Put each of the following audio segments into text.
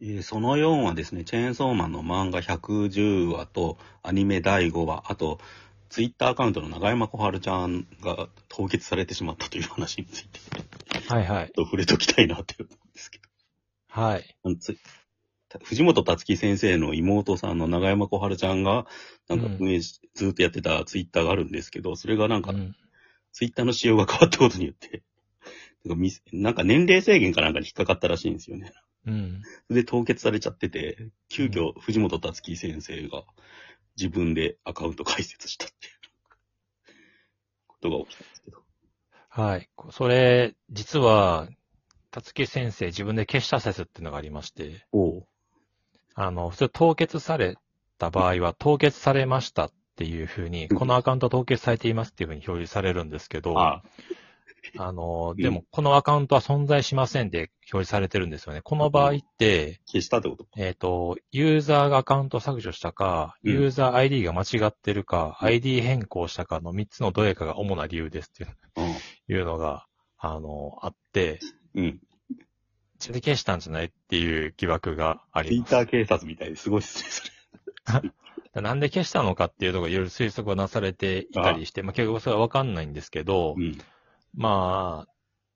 えーその4はですね、チェーンソーマンの漫画110話と、アニメ第5話、あと、ツイッターアカウントの長山小春ちゃんが凍結されてしまったという話について、ちょっはいはい。と触れときたいなっていう思うんですけどはい。あのつ藤本達樹先生の妹さんの長山小春ちゃんが、なんかうん運営し、ずーっとやってたツイッターがあるんですけど、それがなんかう、ん。ツイッターの仕様が変わったことによって、なんかみなんか年齢制限かなんかに引っかかったらしいんですよね。うん。で、凍結されちゃってて、急遽、藤本達樹先生が自分でアカウント開設したっていうことが起きたんですけど。はい。こそれ、実は、たつき先生自分で消した説っていうのがありまして、おうあの、普通凍結された場合は、凍結されましたっていうふうに、うんこのアカウントは凍結されていますっていうふうに表示されるんですけど、ああ、あの、うんでも、このアカウントは存在しませんで表示されてるんですよね。この場合って、消したってことか。えっ、と、ユーザーがアカウントを削除したか、うんユーザー ID が間違ってるか、うん ID 変更したかの3つのどれかが主な理由ですっていういうのが、あの、あって、うん。うん。自分で消したんじゃないっていう疑惑があツイりッます。ター警察みたいですごいですね、それ。なんで消したのかっていうのがいろいろ推測がなされていたりして、まあ結局それはわかんないんですけど、うん。まあ、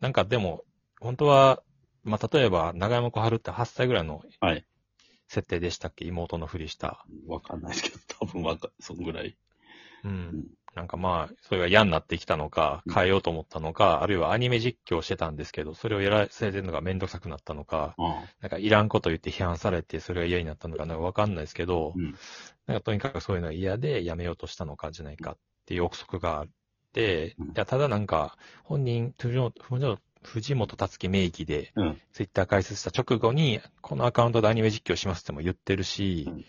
なんかでも、本当は、まあ、例えば、長山小春って8歳ぐらいのはい設定でしたっけ、妹のふりした。わかんないですけど、多分わか、そんぐらい。うん。んなんかまあ、それが嫌になってきたのかう、ん変えようと思ったのか、あるいはアニメ実況してたんですけど、それをやらせてるのがめんどくさくなったのか、ああ。なんかいらんこと言って批判されて、それが嫌になったのか、なんかわかんないですけど、うんなんかとにかくそういうのが嫌でやめようとしたのかじゃないかっていう憶測があって、うんいやただなんか、本人、藤本藤本藤本達樹名義でうん、ツイッター開設した直後に、このアカウントでアニメ実況しますっても言ってるし、うん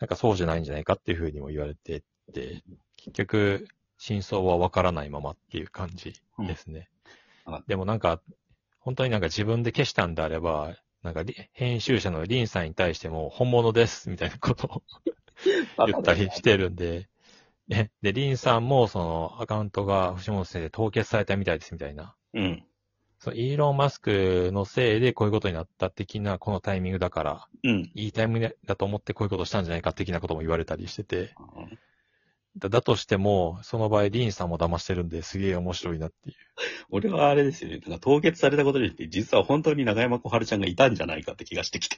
なんかそうじゃないんじゃないかっていうふうにも言われてて、結局、真相はわからないままっていう感じですね。うんあでもなんか、本当になんか自分で消したんであれば、なんかり編集者のリンさんに対しても本物ですみたいなことを言ったりしてるんで、ね、で、リンさんもそのアカウントが藤本先生で凍結されたみたいですみたいな。うん。そのイーロン・マスクのせいでこういうことになった的なこのタイミングだから、うん。いいタイミングだと思ってこういうことしたんじゃないか的なことも言われたりしてて、ああだだとしても、その場合リンさんも騙してるんですげえ面白いなっていう。俺はあれですよね。なんか凍結されたことによって、実は本当に長山小春ちゃんがいたんじゃないかって気がして きて。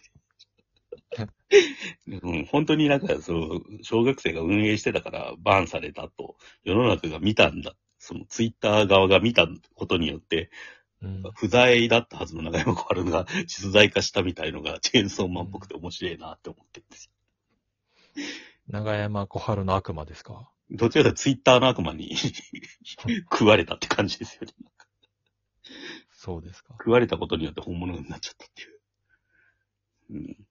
うん、本当になんか、その、小学生が運営してたからバンされたと、世の中が見たんだ。そのツイッター側が見たことによって、うん、不在だったはずの長山小春が実在化したみたいのが、チェーンソーマンっぽくて面白いなって思ってるんですよ。長山小春の悪魔ですかどちらかというとツイッターの悪魔 に食われたって感じですよね。そうですか。食われたことによって本物になっちゃったっていう。うん。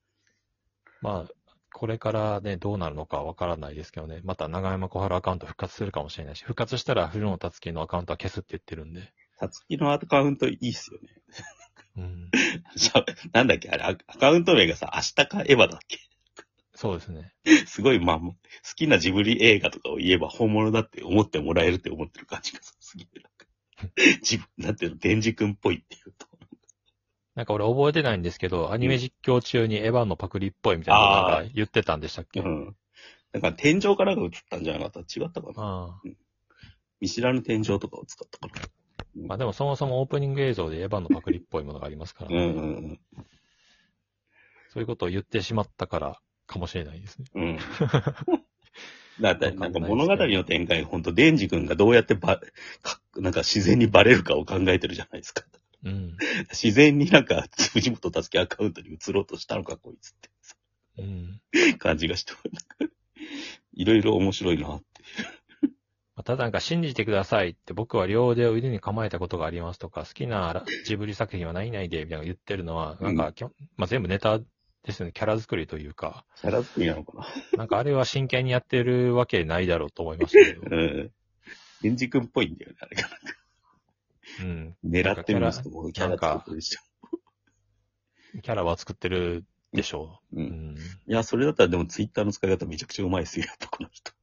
まあ、これからね、どうなるのかわからないですけどね。また長山小春アカウント復活するかもしれないし、復活したら藤野達樹のアカウントは消すって言ってるんで。さつきのアカウントいいっすよね。 うん。しゃなんだっけあれ、アアカウント名がさ、明日かエヴァだっけ そうですね。すごい、まあ、好きなジブリ映画とかを言えば本物だって思ってもらえるって思ってる感じがさ、すげえなんか、 自分、なんていうの、デンジ君っぽいっていうと。なんか俺覚えてないんですけど、アニメ実況中にエヴァのパクリっぽいみたいなあのーなんか言ってたんでしたっけ、うん。なんか天井からが映ったんじゃなかった違ったかなあ見知らぬ天井とかを使ったかーまあでもそもそもオープニング映像でエヴァのパクリっぽいものがありますから、な。うんうんそういうことを言ってしまったからかもしれないですね。うん。うん。 だって、なんか物語の展開、ほんと、デンジ君がどうやってば、かなんか自然にバレるかを考えてるじゃないですか。うん。自然になんか、藤本助けアカウントに移ろうとしたのか、こいつっうん。て感じがして、なんかいろいろ面白いなって。まあただなんか信じてくださいって僕は両腕を腕に構えたことがありますとか、好きなラジブリ作品はないないでみたいなの言ってるのは、なんかきょ、まあ、全部ネタですよね。キャラ作りというか、キャラ作りなのかなんかあれは真剣にやってるわけないだろうと思いま したけどな。うん。エンジ君っぽいんだよね、あれが。うん。狙ってるんですけど、キャなラんか作りしちゃキャラは作ってるでしょう。う。う。うんん。いや、それだったらでもツイッターの使い方めちゃくちゃうまいですよ、やっぱこの人。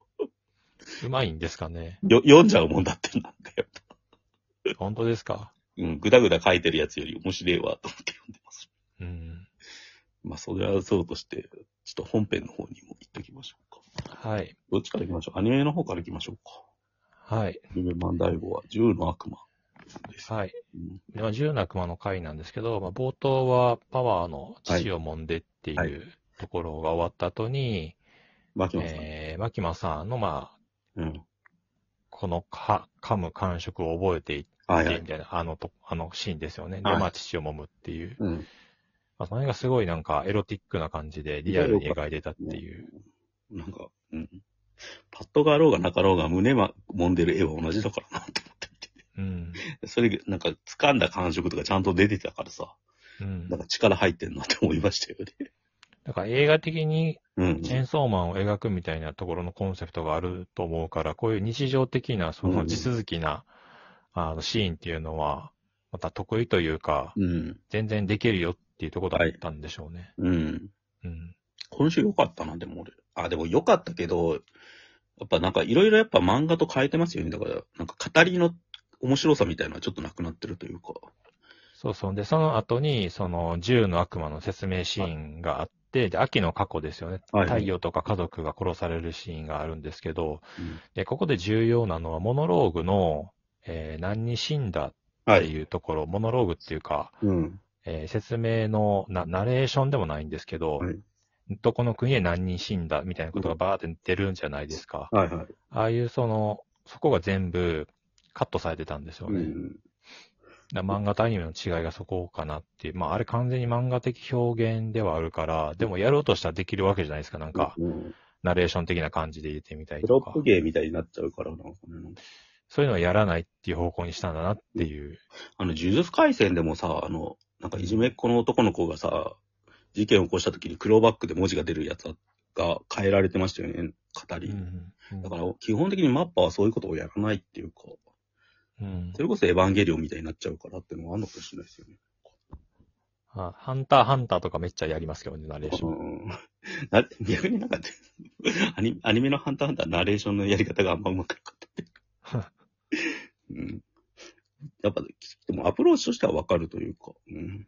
うまいんですかね。よ、読んじゃうもんだって、なんかやっぱ。本当ですかうん、ぐだぐだ書いてるやつより面白いわ、と思って読んでます。うん。まあ、それはそうとして、ちょっと本編の方にも行っておきましょうか。はい。どっちから行きましょうアニメの方から行きましょうか。はい。アニメ版第5話、銃の悪魔です。はい。うんでまあ、銃の悪魔の回なんですけど、まあ、冒頭はパワーの父を揉んでっていはいうところが終わった後に、牧野さん。えー、マキマさんの、まあ、うん。このか噛む感触を覚えていっはいはて、いみ。たいな、あのと、あのシーンですよね。で、はいまあ、父を揉むっていう。うん。まあ、その辺がすごいなんかエロティックな感じでリアルに描いてたっていう。なんか、うん。パッドがあろうがなかろうが胸ま、揉んでる絵は同じだからなと思って見てうん。て。それ、なんか、掴んだ感触とかちゃんと出てたからさ、うん。なんか力入ってんなって思いましたよね。だから映画的にうん。チェーンソーマンを描くみたいなところのコンセプトがあると思うから、こういう日常的な、そうんの地続きな、あの、シーンっていうのは、また得意というか、うん。全然できるよっていうところだったんでしょうね。うん。うん。今週良かったな、でも俺。あ、でも良かったけど、やっぱなんかいろいろやっぱ漫画と変えてますよね。だから、なんか語りの面白さみたいなのはちょっとなくなってるというか。そうそう。で、その後に、その、銃の悪魔の説明シーンがあって、で、秋の過去ですよね。はい太陽とか家族が殺されるシーンがあるんですけど、うんで、ここで重要なのは、モノローグの、えー何に死んだっはてい。いうところ、モノローグっていうか、うん。えー説明のな、ナレーションでもないんですけど、はいどこの国で何人死んだみたいなことがバーって出るんじゃないですか。はいはい。ああいうその、そこが全部カットされてたんですようね。ん。だから漫画とアニメの違いがそこかなっていう。まああれ完全に漫画的表現ではあるから、でもやろうとしたらできるわけじゃないですか。なんか、うん、ナレーション的な感じで入れてみたりテとロかップ。芸みたいになっちゃうから、なんかね。そういうのはやらないっていう方向にしたんだなっていう。あの、呪術廻戦でもさ、あの、なんかいじめっ子の男の子がさ、事件を起こした時に黒バックで文字が出るやつが変えられてましたよね、語り。うんだから、基本的にマッパはそういうことをやらないっていうか、うんそれこそエヴァンゲリオンみたいになっちゃうからっていうのはあんのかもしれないですよね。あハンターハンターとかめっちゃやりますけどね、ナレーション。うんな逆になんか、アニアニメのハンターハンターナレーションのやり方があんまうまくなかったって。うん、やっぱ、でもアプローチとしてはわかるというか、うん、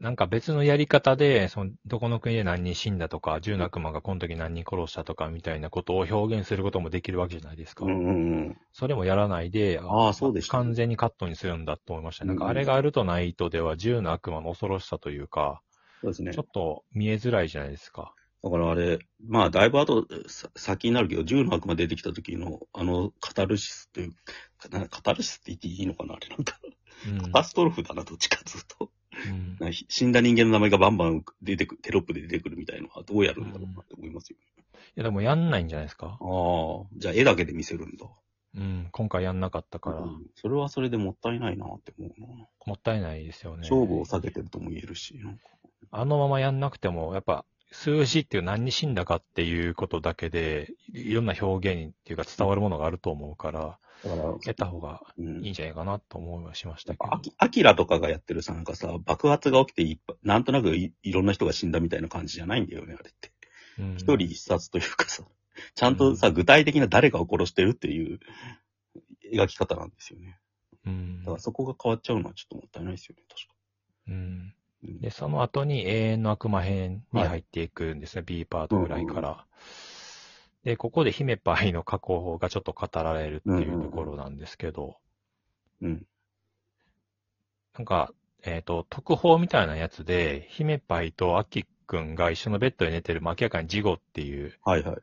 なんか別のやり方で、その、どこの国で何人死んだとか、銃の悪魔がこの時何人殺したとかみたいなことを表現することもできるわけじゃないですか。うんうんうん。それもやらないで、ああそうでしたね完全にカットにするんだと思いました。なんうかんあれがあるとないとでは、銃の悪魔の恐ろしさというか、そうですねちょ。っと見えづらいじゃないですか。だからあれ、まあ、だいぶ後、さ先になるけど、銃の悪魔出てきた時の、あの、カタルシスという、かなカタルシスって言っていいのかなあれなんか、うんカタストロフだな、どっちかずっと。うんなんかひ死んだ人間の名前がバンバン出てくる、テロップで出てくるみたいのはどうやるんだろうなって思いますよ。いやでもやんないんじゃないですか。ああ、じゃあ絵だけで見せるんだ。うん、今回やんなかったから、うんそれはそれでもったいないなって思うな。もったいないですよね。勝負を避けてるとも言えるし、なんかあのままやんなくても、やっぱ、数字っていう何に死んだかっていうことだけで、いいろんな表現っていうか伝わるものがあると思うから、だから、やった方がうんいいんじゃないかなと思いはしましたけアど。キアキラとかがやってるさ、なんかさ、爆発が起きていっぱい、なんとなくいいろんな人が死んだみたいな感じじゃないんだよね、あれって。うん一人一冊というかさ、ちゃんとさ、具体的な誰がを殺してるっていう描き方なんですよね。うんだからそこが変わっちゃうのはちょっともったいないですよね、確かうんに。うんで、その後に永遠の悪魔編に入っていくんですね、B パートぐらいから。で、ここで姫パイの過去がちょっと語られるっていうところなんですけど、うん。なんか、えっ、と、特報みたいなやつで、姫パイとアキくんが一緒のベッドで寝てる、まあ、明らかに事後っていうはいはい。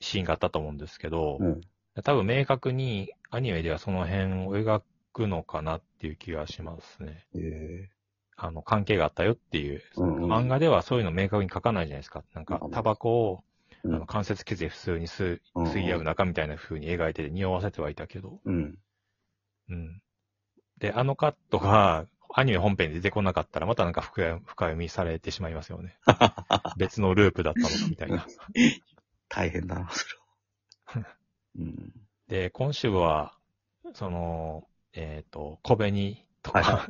シーンがあったと思うんですけど、うん多分明確にアニメではその辺を描くのかなっていう気がしますね。ええあの、関係があったよっていう。うんうん漫画ではそういうの明確に書かないじゃないですか。なんかうん、タバコを、あうんの関節傷で普通に吸うんうん吸い合う仲みたいな風に描いてて匂わせてはいたけど。うん。うん。で、あのカットが、アニメ本編で出てこなかったら、またなんか深読深読みされてしまいます よね。別のループだったのかみたいな。大変だな、それは。うん。で、今週は、その、えっ、と、小紅とか、はいは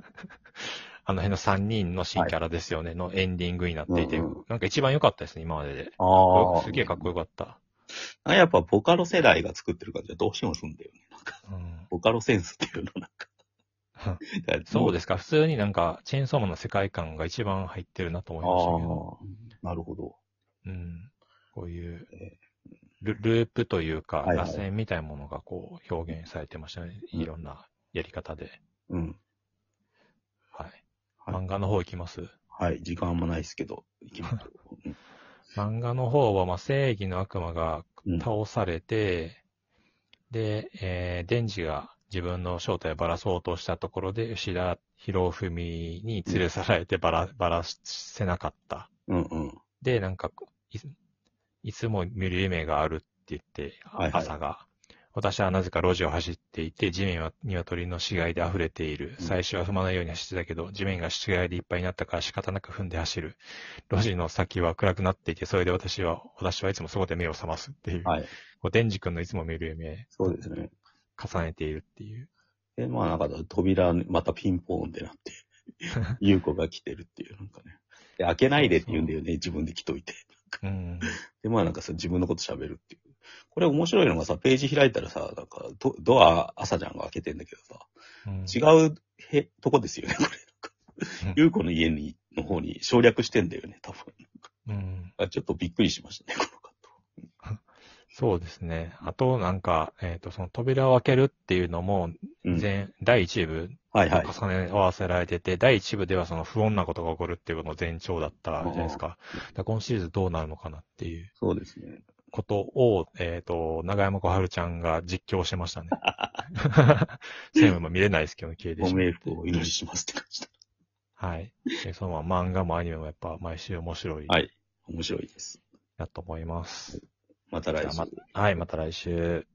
あの辺の3人の新キャラですよね、のエンディングになっていて、うんうんなんか一番良かったですね、今までで。あすげえかっこよかった。あ。やっぱボカロ世代が作ってる感じはどうしてもすんだよね。なんか、うんボカロセンスっていうのなんか。。そうですすか。普通になんか、チェーンソーマンの世界観が一番入ってるなと思いましたけど。ああ。なるほど。うん。こういうえル、ループというか、はいはい螺旋みたいなものがこう表現されてましたね。うんいろんなやり方で。うん。はい。はい漫画の方いきます。はい。時間あんまないですけど、行きましょう。漫画の方は、まあ、正義の悪魔がうん倒されて、で、えー、デンジが自分の正体をばらそうとしたところで、吉田博文に連れ去られてばら、ばらせなかった。うんうん。で、なんか、いいつも見る夢があるって言って、はいはい朝が。私はなぜか路地を走っていて、地面は鶏の死骸で溢れている。うん最初は踏まないように走ってたけど、地面が死骸でいっぱいになったから仕方なく踏んで走る。路地の先は暗くなっていて、それで私は、私はいつもそこで目を覚ますっていう。はい。こうデンジ君のいつも見る夢、そうですね。重ねているっていう。で、まあなんか扉、またピンポーンってな って、ゆう子が来てるっていう、なんかね。で、開けないでって言うんだよね、自分で来といて。うん。で、まあなんかさ、自分のこと喋るっていう。これ面白いのがさ、ページ開いたらさ、なんかド、ドア、朝ちゃんが開けてんだけどさ、うん違うへ、とこですよね、これ。うんゆう子の家に、の方に省略してんだよね、多分。うん。あちょっとびっくりしましたね、このカット。そうですね。あと、なんか、えっ、と、その扉を開けるっていうのも、うん。前、第1部はいはい。重ね合わせられてて、第1部ではその不穏なことが起こるっていうことの前兆だったじゃないですか。だから今シリーズどうなるのかなっていうそうですね。ことを、えっ、と、長山小春ちゃんが実況してましたね。セームも見れないですけど、消えてごしま冥って福をお祈りしますって感じだ。はい。でそのまま漫画もアニメもやっぱ毎週面白いはい面白いです。なと思います。また来じゃあ週。まはい、また来週。